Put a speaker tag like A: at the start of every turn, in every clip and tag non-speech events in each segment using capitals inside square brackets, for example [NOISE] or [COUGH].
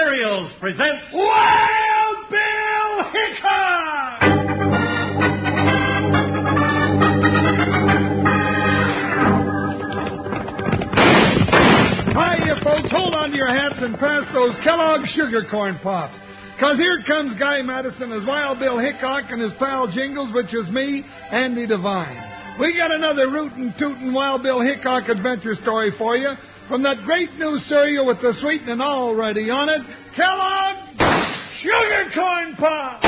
A: Materials presents Wild Bill Hickok!
B: Hi, you folks. Hold on to your hats and pass those Kellogg sugar corn pops. Because here comes Guy Madison as Wild Bill Hickok and his pal Jingles, which is me, Andy Devine. We got another rootin' tootin' Wild Bill Hickok adventure story for you from that great new cereal with the sweetening already on it, Kellogg's Sugar Corn Pops.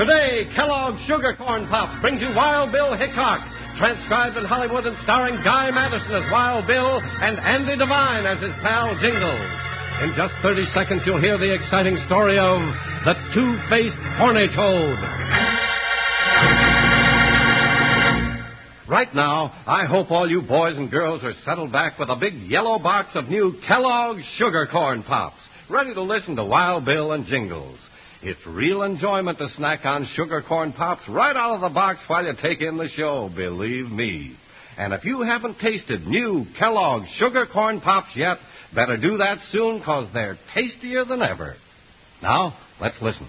A: Today, Kellogg's Sugar Corn Pops brings you Wild Bill Hickok, transcribed in Hollywood and starring Guy Madison as Wild Bill and Andy Devine as his pal Jingles. In just 30 seconds, you'll hear the exciting story of the two-faced horny toad. Right now, I hope all you boys and girls are settled back with a big yellow box of new Kellogg's Sugar Corn Pops, ready to listen to Wild Bill and Jingles. It's real enjoyment to snack on sugar corn pops right out of the box while you take in the show, believe me. And if you haven't tasted new Kellogg's Sugar Corn Pops yet, better do that soon because they're tastier than ever. Now, let's listen.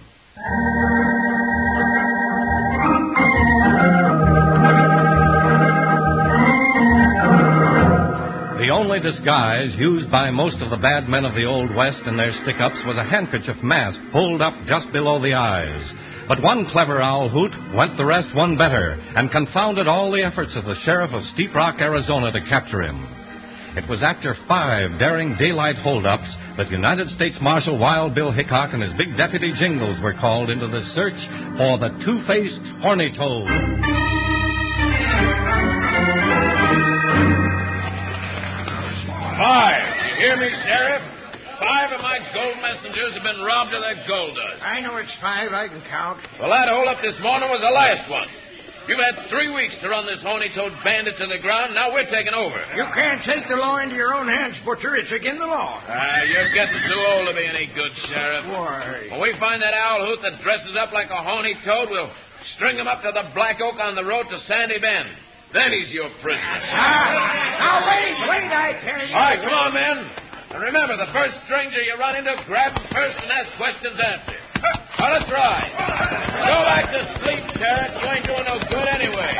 A: The only disguise used by most of the bad men of the Old West in their stick ups was a handkerchief mask pulled up just below the eyes. But one clever owl hoot went the rest one better and confounded all the efforts of the sheriff of Steep Rock, Arizona to capture him. It was after five daring daylight holdups that United States Marshal Wild Bill Hickok and his big deputy Jingles were called into the search for the two faced horny toad.
C: Five. You hear me, Sheriff? Five of my gold messengers have been robbed of their gold dust.
D: I know it's five. I can count.
C: Well, that holdup this morning was the last one. You've had three weeks to run this horny toad bandit to the ground. Now we're taking over.
D: You can't take the law into your own hands, Butcher. It's again the law.
C: Ah, you're getting too old to be any good, Sheriff.
D: Why?
C: When we find that owl hoot that dresses up like a horny toad, we'll string him up to the black oak on the road to Sandy Bend. Then he's your prisoner.
D: Ah, now wait, wait, I tell you.
C: All right, come on, men. And remember, the first stranger you run into, grab him first and ask questions after. Now, let's ride. Go back to sleep, Sheriff. You ain't doing no good anyway.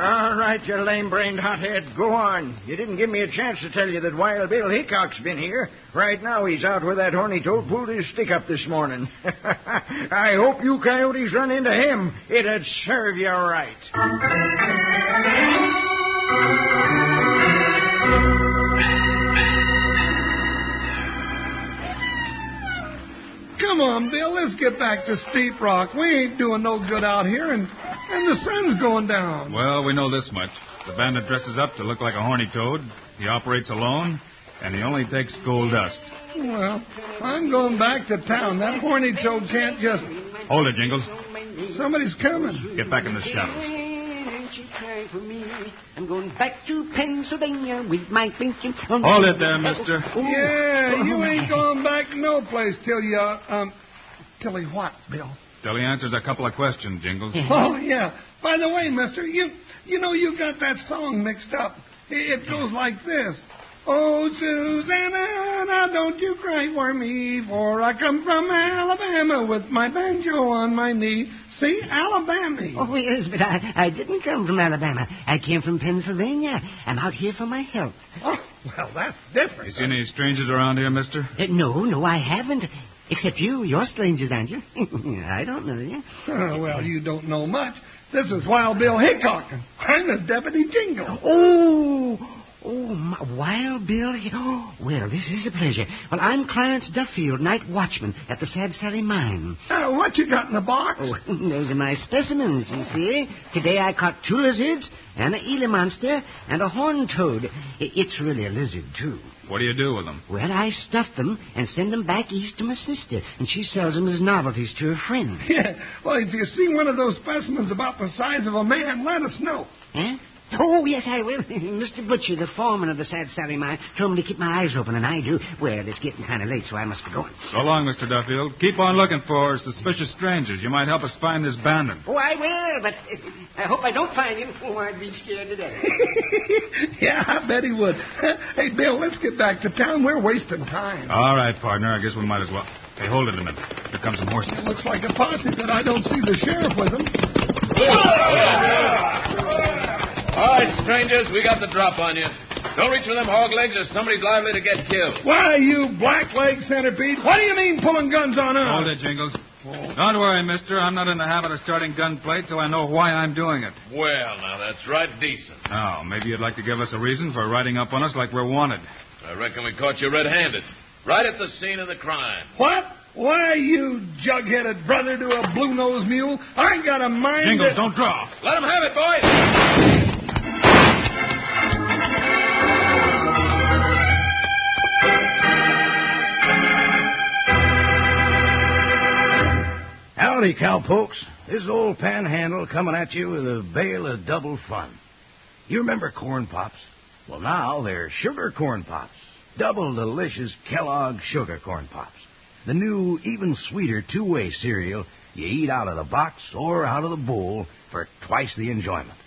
D: All right, you lame-brained hothead. Go on. You didn't give me a chance to tell you that Wild Bill Hickok's been here. Right now, he's out where that horny toad pulled his stick up this morning. [LAUGHS] I hope you coyotes run into him. It'd serve you right.
B: Come on, Bill, let's get back to Steep Rock. We ain't doing no good out here, and, and the sun's going down.
E: Well, we know this much. The bandit dresses up to look like a horny toad. He operates alone, and he only takes gold dust.
B: Well, I'm going back to town. That horny toad can't just.
E: Hold it, Jingles.
B: Somebody's coming.
E: Get back in the shadows.
F: Won't you cry for me? I'm going back to Pennsylvania with my thinking.
E: Hold it there, mister.
F: Oh,
B: Yeah, you ain't going back no place till you, uh, um, till he what, Bill? [LAUGHS]
E: Till he answers a couple of questions, Jingles.
B: Oh yeah. By the way, Mister, you you know you got that song mixed up. I- It, goes like this. Oh, Susanna, now don't you cry for me, for I come from Alabama with my banjo on my knee. See, Alabama.
F: Oh, yes, but I, I didn't come from Alabama. I came from Pennsylvania. I'm out here for my health.
B: Oh, [LAUGHS] well, that's different.
E: You see any strangers around here, mister?
F: Uh, no, no, I haven't. Except you. You're strangers, aren't you? [LAUGHS] I don't know you.
B: Oh, [CLEARS THROAT] well, you don't know much. This is Wild Bill Hickok. and I'm the deputy jingle.
F: Oh, oh, my, Wild Bill. Oh, [GASPS] well, this is a pleasure. Well, I'm Clarence Duffield, night watchman at the Sad Sally Mine.
B: Uh, what you got in the box? [LAUGHS]
F: Oh, [LAUGHS] those are my specimens, you see. Today I caught two lizards, and an Gila monster, and a horned toad. I- It's really a lizard, too.
E: What do you do with them?
F: Well, I stuff them and send them back east to my sister, and she sells them as novelties to her friends.
B: Yeah. Well, if you see one of those specimens about the size of a man, let us know. [LAUGHS]
F: Huh? Oh, yes, I will. [LAUGHS] Mr. Butcher, the foreman of the Sad Sally Mine, told me to keep my eyes open, and I do. Well, it's getting kind of late, so I must be going.
E: So long, Mr. Duffield. Keep on looking for suspicious strangers. You might help us find this bandit.
F: Oh, I will, but [LAUGHS] uh, I hope I don't find him. [LAUGHS] Oh, I'd be scared to death.
B: yeah, I bet he would. [LAUGHS] hey, Bill, let's get back to town. We're wasting time.
E: All right, partner. I guess we might as well. Hey, hold it a minute. Here come some horses.
B: Looks like a posse, but I don't see the sheriff with him.
C: All right, strangers, we got the drop on you. Don't reach for them hog legs or somebody's liable to get killed.
B: Why, you blackleg centipede? What do you mean pulling guns on us?
E: Hold it, Jingles. Don't worry, mister. I'm not in the habit of starting gunplay till I know why I'm doing it.
C: Well, now that's right decent.
E: Now, maybe you'd like to give us a reason for riding up on us like we're wanted.
C: I reckon we caught you red-handed, right at the scene of the crime.
B: What? Why, you jug-headed brother to a blue-nosed mule? I got a mind
E: Jingles,
B: that-
E: don't draw.
C: Let 'em have it, boys.
D: Howdy, cowpokes. This is old Panhandle coming at you with a bale of double fun. You remember corn pops? Well, now they're sugar corn pops. Double delicious Kellogg sugar corn pops. The new, even sweeter two way cereal you eat out of the box or out of the bowl for twice the enjoyment.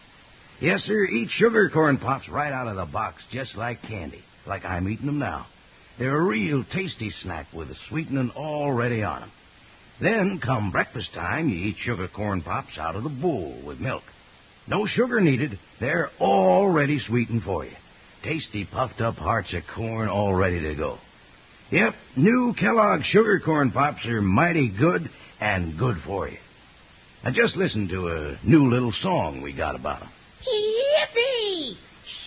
D: Yes, sir, eat sugar corn pops right out of the box just like candy, like I'm eating them now. They're a real tasty snack with the sweetening already on 'em. Then, come breakfast time, you eat sugar corn pops out of the bowl with milk. No sugar needed. They're already sweetened for you. Tasty, puffed up hearts of corn all ready to go. Yep, new Kellogg sugar corn pops are mighty good and good for you. Now, just listen to a new little song we got about 'em.
G: Yippee!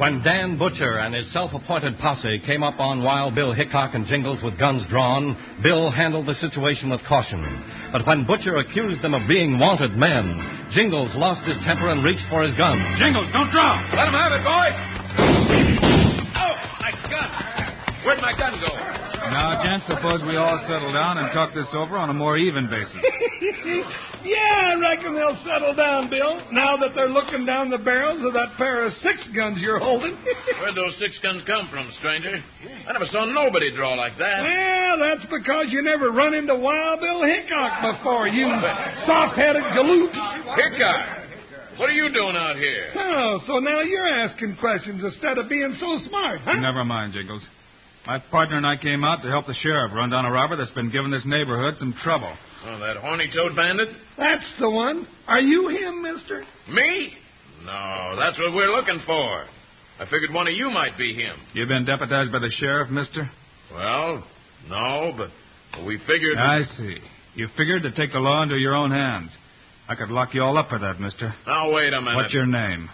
A: When Dan Butcher and his self appointed posse came up on Wild Bill Hickok and Jingles with guns drawn, Bill handled the situation with caution. But when Butcher accused them of being wanted men, Jingles lost his temper and reached for his gun.
E: Jingles, don't draw.
C: Let 'em have it, boys. Oh, my gun. Where'd my gun go?
E: Now, gents, suppose we all settle down and talk this over on a more even basis.
B: Yeah, I reckon they'll settle down, Bill, now that they're looking down the barrels of that pair of six guns you're holding.
C: Where'd those six guns come from, stranger? I never saw nobody draw like that.
B: well, that's because you never run into Wild Bill Hickok before, you soft headed galoot.
C: Hickok, what are you doing out here?
B: Oh, so now you're asking questions instead of being so smart, huh?
E: Never mind, Jingles. My partner and I came out to help the sheriff run down a robber that's been giving this neighborhood some trouble.
C: Oh, that horny toad bandit?
B: That's the one. Are you him, mister?
C: Me? No, that's what we're looking for. I figured one of you might be him.
E: You've been deputized by the sheriff, mister?
C: Well, no, but we figured.
E: I see. You figured to take the law into your own hands. I could lock you all up for that, mister.
C: Now, wait a minute.
E: What's your name?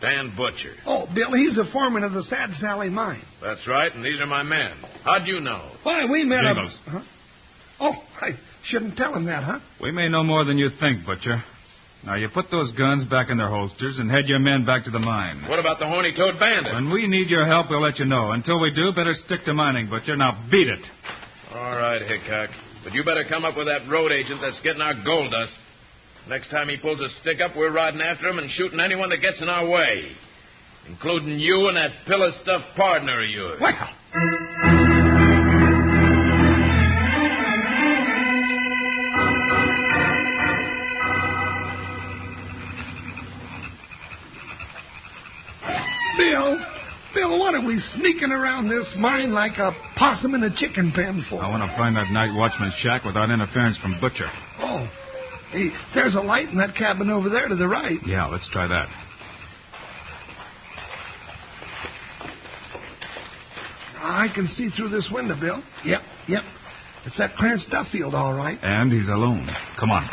C: Dan Butcher.
B: Oh, Bill, he's a foreman of the Sad Sally Mine.
C: That's right, and these are my men. How'd you know?
B: Why, we met up.
E: Jingles.
B: Huh? Oh, I shouldn't tell him that, huh?
E: We may know more than you think, Butcher. Now, you put those guns back in their holsters and head your men back to the mine.
C: What about the horny toad bandit?
E: When we need your help, we'll let you know. Until we do, better stick to mining, Butcher. Now, beat it.
C: All right, Hickok. But you better come up with that road agent that's getting our gold dust. Next time he pulls a stick up, we're riding after him and shooting anyone that gets in our way, including you and that pillow stuffed partner of yours.
B: Well, Bill, Bill, what are we sneaking around this mine like a possum in a chicken pen for?
E: I want to find that night watchman's shack without interference from Butcher.
B: Oh, hey, there's a light in that cabin over there to the right.
E: Yeah, let's try that.
B: I can see through this window, Bill. Yep, yep. It's that Clarence Duffield, all right.
E: And he's alone. Come on.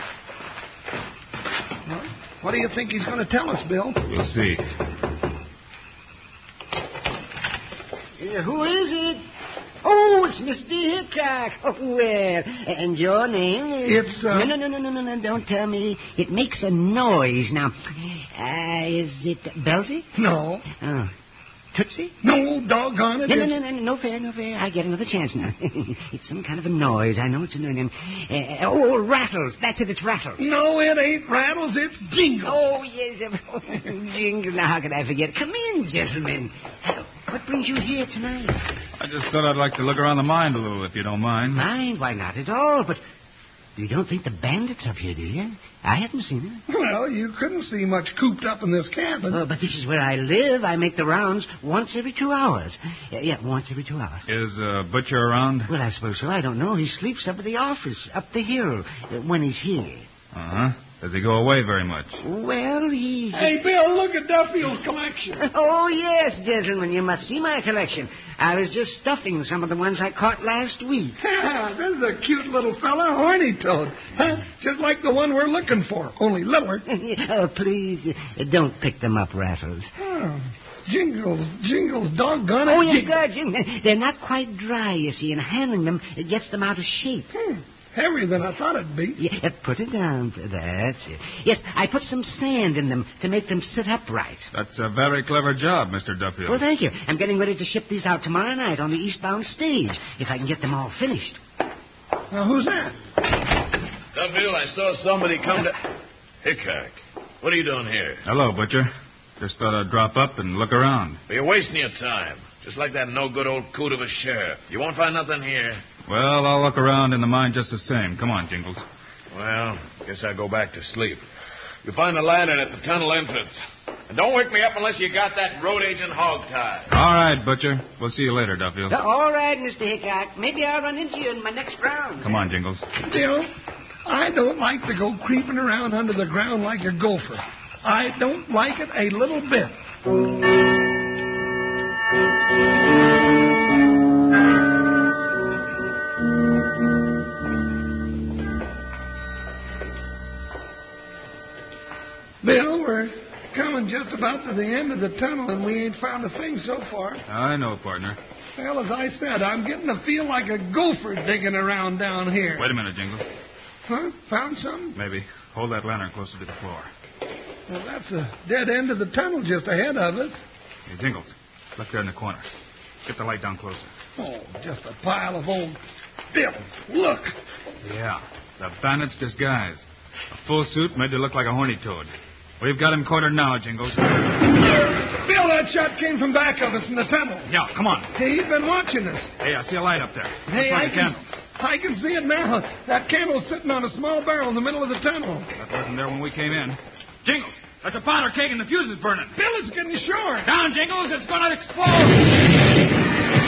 B: Well, what do you think he's going to tell us, Bill?
E: We'll see.
F: Uh, who is it? Oh, it's Mr. Hickok. Oh, well, and your name is...
B: It's, uh,
F: No, no, no, no, no, no, no, don't tell me. It makes a noise. Now, uh, is it Belzy?
B: No.
F: Oh, Tootsie?
B: No, doggone it.
F: No, no,
B: it's-
F: no, no, no fair, no fair. I get another chance now. [LAUGHS] it's some kind of a noise. I know it's an name. Uh, oh, Rattles. That's it, it's Rattles.
B: No, it ain't Rattles, it's Jingle.
F: Oh, yes. uh, [LAUGHS] Jingles, now how could I forget? Come in, gentlemen. Uh, What brings you here tonight?
E: I just thought I'd like to look around the mine a little, if you don't mind.
F: Mind? Why not at all? But you don't think the bandit's up here, do you? I haven't seen them.
B: Well, you couldn't see much cooped up in this cabin.
F: Oh, but this is where I live. I make the rounds once every two hours. Yeah, yeah once every two hours.
E: Is uh, Butcher around?
F: Well, I suppose so. I don't know. He sleeps up at the office, up the hill, uh, when he's here.
E: Uh huh. Does he go away very much?
F: Well, he's.
B: hey, Bill, look at Duffield's
F: [LAUGHS]
B: collection. [LAUGHS]
F: Oh, yes, gentlemen, you must see my collection. I was just stuffing some of the ones I caught last week. [LAUGHS]
B: this is a cute little fella, horny toad. Huh? Just like the one we're looking for, only littler.
F: oh, please, uh, don't pick them up, Rattles.
B: Oh, jingles, jingles, doggone it.
F: Oh, yes,
B: Jing-
F: Judge. and They're not quite dry, you see, and handling them it gets them out of shape.
B: Hmm, heavier than I thought it'd be.
F: Yeah, put it down. That's it. Yes, I put some sand in them to make them sit upright.
E: That's a very clever job, Mr. Duffield.
F: Well, thank you. I'm getting ready to ship these out tomorrow night on the eastbound stage, if I can get them all finished.
B: Now, who's that?
C: Duffield, I saw somebody come to. Hickok, what are you doing here?
E: Hello, Butcher. Just thought I'd drop up and look around.
C: Well, you're wasting your time. Just like that no good old coot of a sheriff. You won't find nothing here.
E: Well, I'll look around in the mine just the same. Come on, Jingles.
C: Well, guess I'll go back to sleep. You find the lantern at the tunnel entrance. And don't wake me up unless you got that road agent hogtied.
E: All right, Butcher. We'll see you later, Duffield.
F: Uh, All right, Mr. Hickok. Maybe I'll run into you in my next round.
E: Come on, Jingles.
B: Bill, I don't like to go creeping around under the ground like a gopher. I don't like it a little bit. Bill, we're coming just about to the end of the tunnel, and we ain't found a thing so far.
E: I know, partner.
B: Well, as I said, I'm getting to feel like a gopher digging around down here.
E: Wait a minute, Jingles.
B: Huh? Found something?
E: Maybe. Hold that lantern closer to the floor.
B: Well, that's a dead end of the tunnel just ahead of us.
E: Hey, Jingles. Look there in the corner. Get the light down closer.
B: Oh, just a pile of old filth. Look.
E: Yeah. The bandit's disguise. A full suit made to look like a horny toad. We've got him cornered now, Jingles.
B: Bill, that shot came from back of us in the tunnel.
E: Yeah, come on.
B: Hey, he's been watching us.
E: Hey, I see a light up there.
B: Hey,
E: Looks
B: I
E: like a candle.
B: can, I can see it now. That candle's sitting on a small barrel in the middle of the tunnel.
E: That wasn't there when we came in. Jingles, that's a powder keg and the fuse is burning.
B: Bill, it's getting short. Oh,
E: Down, Jingles, it's going to explode.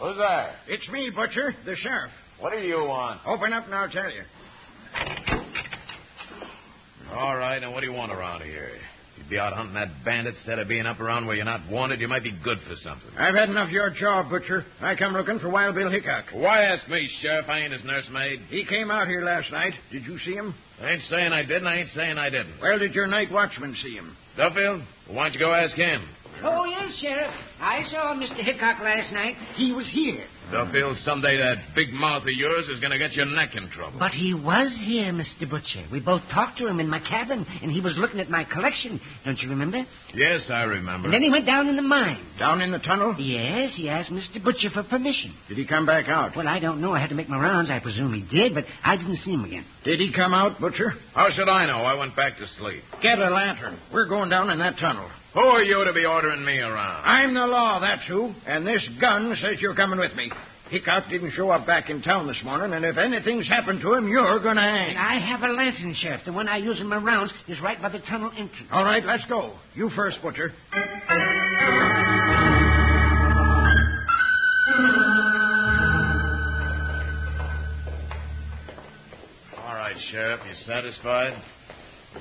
C: Who's there?
D: It's me, Butcher, the sheriff.
C: What do you want?
D: Open up and I'll tell you.
C: All right, now what do you want around here? You'd be out hunting that bandit instead of being up around where you're not wanted. You might be good for something.
D: I've had enough of your job, Butcher. I come looking for Wild Bill Hickok.
C: Why ask me, Sheriff? I ain't his nursemaid.
D: He came out here last night. Did you see him?
C: I ain't saying I didn't. I ain't saying I didn't.
D: Well, did your night watchman see him?
C: Duffield, why don't you go ask him?
F: Oh, yes, Sheriff. I saw Mr. Hickok last night. He was here.
C: Duffield, someday that big mouth of yours is going to get your neck in trouble.
F: But he was here, Mr. Butcher. We both talked to him in my cabin, and he was looking at my collection. Don't you remember?
C: Yes, I remember.
F: And then he went down in the mine.
D: Down in the tunnel?
F: Yes, he asked Mr. Butcher for permission.
D: Did he come back out?
F: Well, I don't know. I had to make my rounds. I presume he did, but I didn't see him again.
D: Did he come out, Butcher?
C: How should I know? I went back to sleep.
D: Get a lantern. We're going down in that tunnel.
C: Who are you to be ordering me around?
D: I'm the law, that's who. And this gun says you're coming with me. Hickok didn't show up back in town this morning, and if anything's happened to him, you're going to hang.
F: And I have a lantern, Sheriff. The one I use in my rounds is right by the tunnel entrance.
D: All right, let's go. You first, Butcher.
C: All right, Sheriff, you satisfied?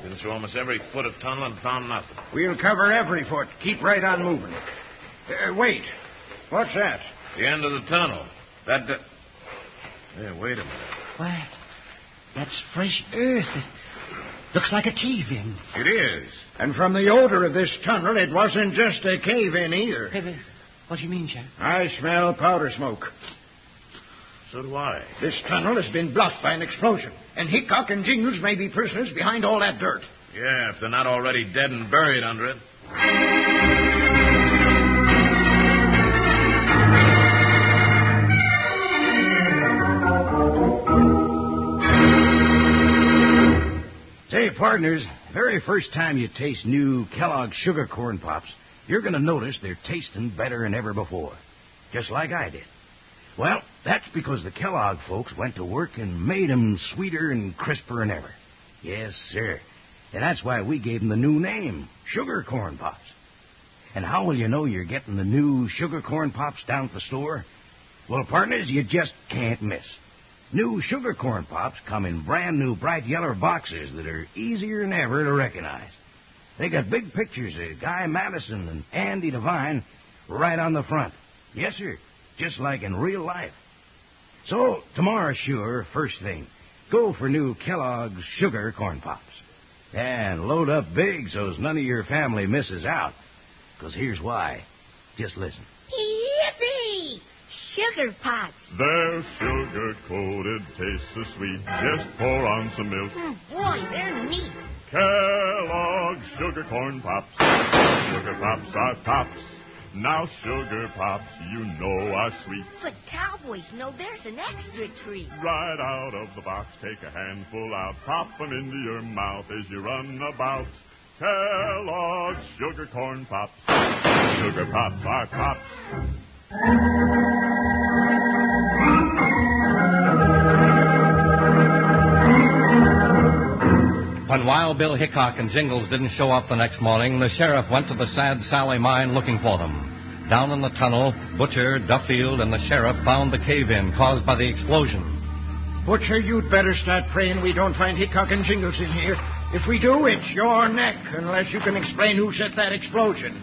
C: Been through almost every foot of tunnel and found nothing.
D: We'll cover every foot. Keep right on moving. Uh, wait. What's that?
C: The end of the tunnel. That. d Hey, wait a minute.
F: Why, that's fresh earth. Looks like a cave in.
C: It is.
D: And from the odor of this tunnel, it wasn't just a cave in either.
F: What do you mean, Jack?
D: I smell powder smoke.
C: So do I.
D: This tunnel has been blocked by an explosion, and Hickok and Jingles may be prisoners behind all that dirt.
C: Yeah, if they're not already dead and buried under it.
H: Say, partners, very first time you taste new Kellogg's sugar corn pops, you're going to notice they're tasting better than ever before, just like I did. Well, that's because the Kellogg folks went to work and made 'em sweeter and crisper than ever. Yes, sir. And that's why we gave 'em the new name, sugar corn pops. And how will you know you're getting the new sugar corn pops down at the store? Well, partners, you just can't miss. New sugar corn pops come in brand new bright yellow boxes that are easier than ever to recognize. They got big pictures of Guy Madison and Andy Devine right on the front. Yes, sir, just like in real life. So, tomorrow, sure, first thing, go for new Kellogg's Sugar Corn Pops. And load up big so's none of your family misses out. 'Cause here's why. Just listen.
G: Yippee! Sugar pots.
I: Their sugar coated tastes so sweet. Just pour on some milk.
G: Mm, boy, they're neat.
I: Kellogg's Sugar Corn Pops. Sugar Pops are pops. Now Sugar Pops, you know are sweet.
G: But cowboys know there's an extra treat.
I: Right out of the box, take a handful out, pop 'em into your mouth as you run about. Kellogg's Sugar Corn Pops. Sugar Pops are pops.
A: When Wild Bill Hickok and Jingles didn't show up the next morning, the sheriff went to the Sad Sally mine looking for them. Down in the tunnel, Butcher, Duffield, and the sheriff found the cave in caused by the explosion.
D: Butcher, you'd better start praying we don't find Hickok and Jingles in here. If we do, it's your neck, unless you can explain who set that explosion.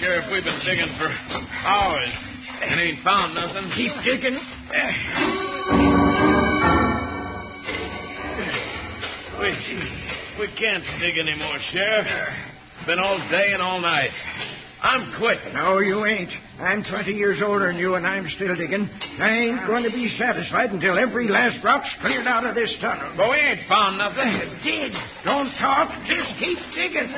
C: Sheriff, we've been digging for hours and ain't found nothing.
D: Keep digging.
C: We, we can't dig anymore, Sheriff. Been all day and all night. I'm quitting.
D: No, you ain't. I'm 20 years older than you, and I'm still digging. I ain't going to be satisfied until every last drop's cleared out of this tunnel.
C: But we ain't found nothing.
D: Dig. Don't talk. Just keep digging.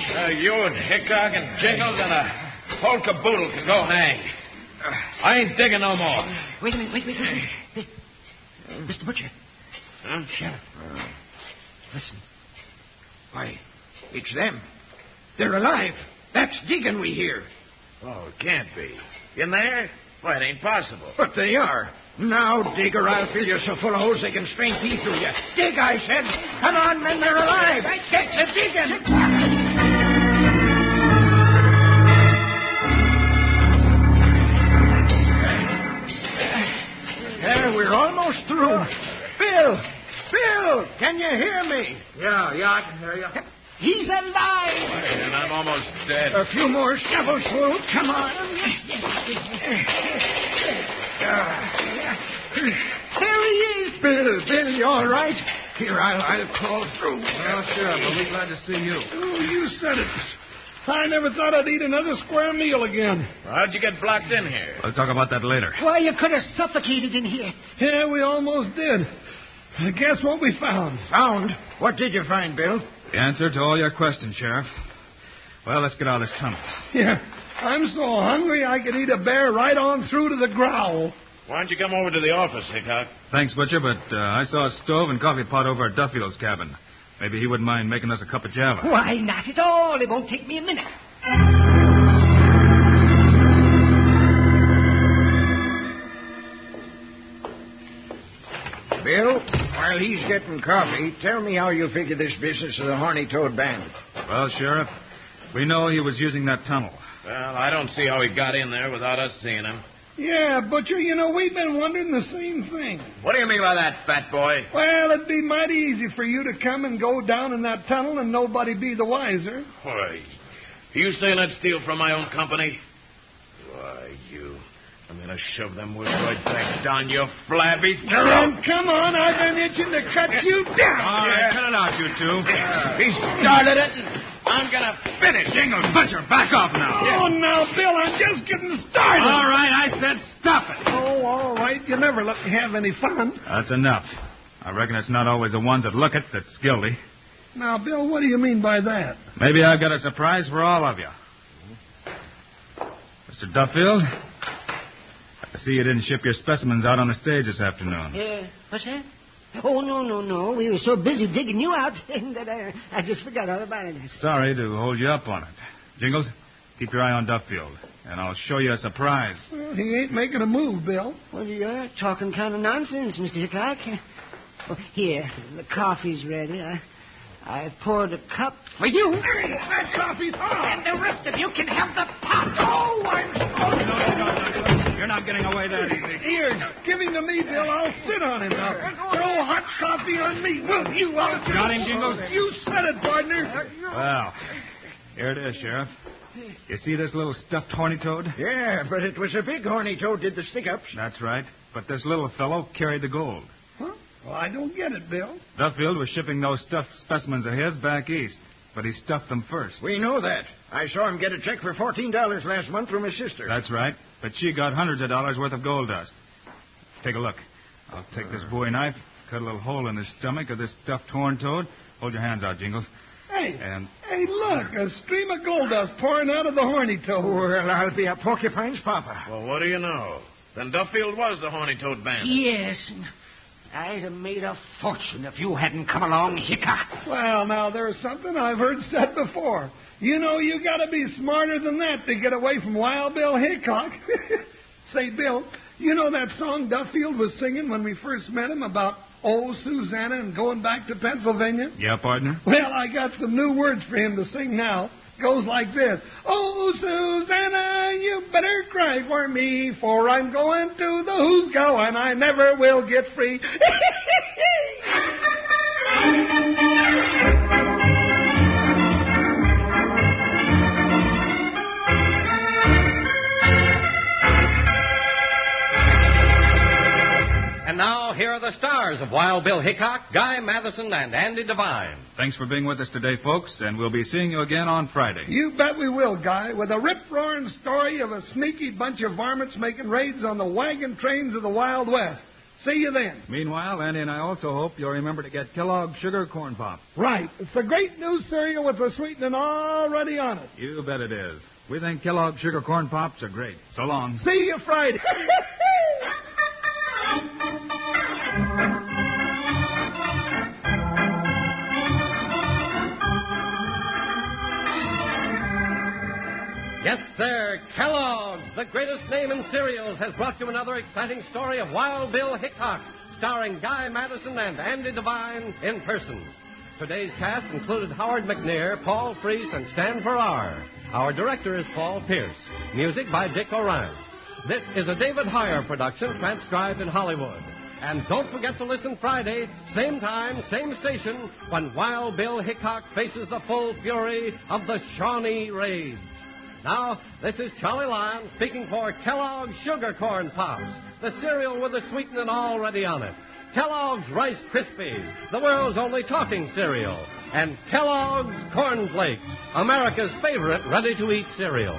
C: Uh, you and Hickok and Jingles and a whole caboodle can go hang. I ain't digging no more.
F: Wait a minute, wait, wait, wait. wait.
D: Uh,
F: Mr. Butcher,
C: Huh? Sheriff.
F: listen.
D: Why, it's them. They're alive. That's digging we hear.
C: Oh, it can't be. In there? Why, it ain't possible.
D: But they are. Now, digger, I'll fill you so full of holes they can strain teeth through you. Dig, I said. Come on, men, they're alive. I get to digging. There, we're almost through. Bill! Bill! Can you hear me?
B: Yeah, yeah, I can hear you.
D: He's alive!
C: And I'm almost dead.
D: A few more shovels, Will. Come on. There he is, Bill. Bill, you all right? Here, I'll, I'll crawl through.
E: Well, Sheriff, I'll be glad to see you.
B: Oh, you said it. I never thought I'd eat another square meal again.
C: How'd you get blocked in here?
E: We'll talk about that later.
F: Why, you could have suffocated in here.
B: Yeah, we almost did. Guess what we found?
D: Found. What did you find, Bill?
E: The answer to all your questions, Sheriff. Well, let's get out of this tunnel.
B: Yeah, I'm so hungry I could eat a bear right on through to the growl.
C: Why don't you come over to the office, Hickok?
E: Thanks, Butcher, but uh, I saw a stove and coffee pot over at Duffield's cabin. Maybe he wouldn't mind making us a cup of java.
F: Why, not at all. It won't take me a minute.
D: Bill, while he's getting coffee, tell me how you figure this business of the Horny Toad Bandit.
E: Well, Sheriff, We know he was using that tunnel.
C: Well, I don't see how he got in there without us seeing him.
B: Yeah, Butcher, you know, we've been wondering the same thing.
C: What do you mean by that, fat boy?
B: Well, it'd be mighty easy for you to come and go down in that tunnel and nobody be the wiser.
C: Why, are you saying I'd steal from my own company? Why, you. I'm going to shove them words right back down your flabby throat.
B: And come on, I've been itching to cut you down.
E: All right, cut it out, you two.
C: He started it, and I'm going to finish.
E: Jingles, Butcher, back off
B: Oh,
E: now.
B: now, Bill, I'm just getting started.
E: [LAUGHS] All right, I said stop it.
B: Oh, all right. You never let me have any fun.
E: That's enough. I reckon it's not always the ones that look it that's guilty.
B: Now, Bill, what do you mean by that?
E: Maybe I've got a surprise for all of you. Mr. Duffield, I see you didn't ship your specimens out on the stage this afternoon.
F: Uh, what's that? Oh, no, no, no. We were so busy digging you out [LAUGHS] that I, I just forgot all about it.
E: Sorry to hold you up on it. Jingles, keep your eye on Duffield, and I'll show you a surprise.
B: Well, he ain't making a move, Bill.
F: Well, you're talking kind of nonsense, Mr. Hickok. Oh, here, the coffee's ready. I, I poured a cup for you.
B: That coffee's hot.
F: the rest of you can have the
B: Oh, I'm...
E: No, no, no, no. You're not getting away that easy.
B: Here, give him to me, Bill. I'll sit on him now. Throw hot coffee on me, will you? I'll
E: Got him, Jingles?
B: You said it, partner.
E: Well, here it is, Sheriff. You see this little stuffed horny toad?
D: Yeah, but it was a big horny toad did the stick ups.
E: That's right. But this little fellow carried the gold.
B: Huh? Well, I don't get it, Bill.
E: Duffield was shipping those stuffed specimens of his back east, but he stuffed them first.
D: We know that. I saw him get a check for $14 last month from his sister.
E: That's right. But she got hundreds of dollars worth of gold dust. Take a look. I'll take this bowie knife, cut a little hole in the stomach of this stuffed horn toad. Hold your hands out, Jingles.
B: Hey,
E: And-
B: hey, look, a stream of gold dust pouring out of the horny toad.
D: Well, I'll be a porcupine's papa.
C: Well, what do you know? Then Duffield was the horny toad bandit.
F: Yes. and I'd have made a fortune if you hadn't come along, Hickok.
B: Well, now, there's something I've heard said before. You know, you got to be smarter than that to get away from Wild Bill Hickok. [LAUGHS] Say, Bill, you know that song Duffield was singing when we first met him about old Susanna and going back to Pennsylvania?
E: Yeah, partner?
B: Well, I got some new words for him to sing now. Goes like this. Oh, Susanna, you better cry for me, for I'm going to the who's go and I never will get free. [LAUGHS]
A: And now, here are the stars of Wild Bill Hickok, Guy Matheson, and Andy Devine.
E: Thanks for being with us today, folks, and we'll be seeing you again on Friday.
B: You bet we will, Guy, with a rip roaring story of a sneaky bunch of varmints making raids on the wagon trains of the Wild West. See you then.
E: Meanwhile, Andy and I also hope you'll remember to get Kellogg Sugar Corn Pop.
B: Right. It's a great new cereal with the sweetening already on it.
E: You bet it is. We think Kellogg Sugar Corn Pops are great. So long.
B: See you Friday. [LAUGHS]
A: Yes, sir. Kellogg's, the greatest name in cereals, has brought you another exciting story of Wild Bill Hickok, starring Guy Madison and Andy Devine in person. Today's cast included Howard McNair, Paul Freese, and Stan Farrar. Our director is Paul Pierce. Music by Dick Orion. This is a David Heyer production transcribed in Hollywood. And don't forget to listen Friday, same time, same station, when Wild Bill Hickok faces the full fury of the Shawnee Raids. Now, this is Charlie Lyon speaking for Kellogg's Sugar Corn Pops, the cereal with the sweetening already on it. Kellogg's Rice Krispies, the world's only talking cereal. And Kellogg's Corn Flakes, America's favorite ready to eat cereal.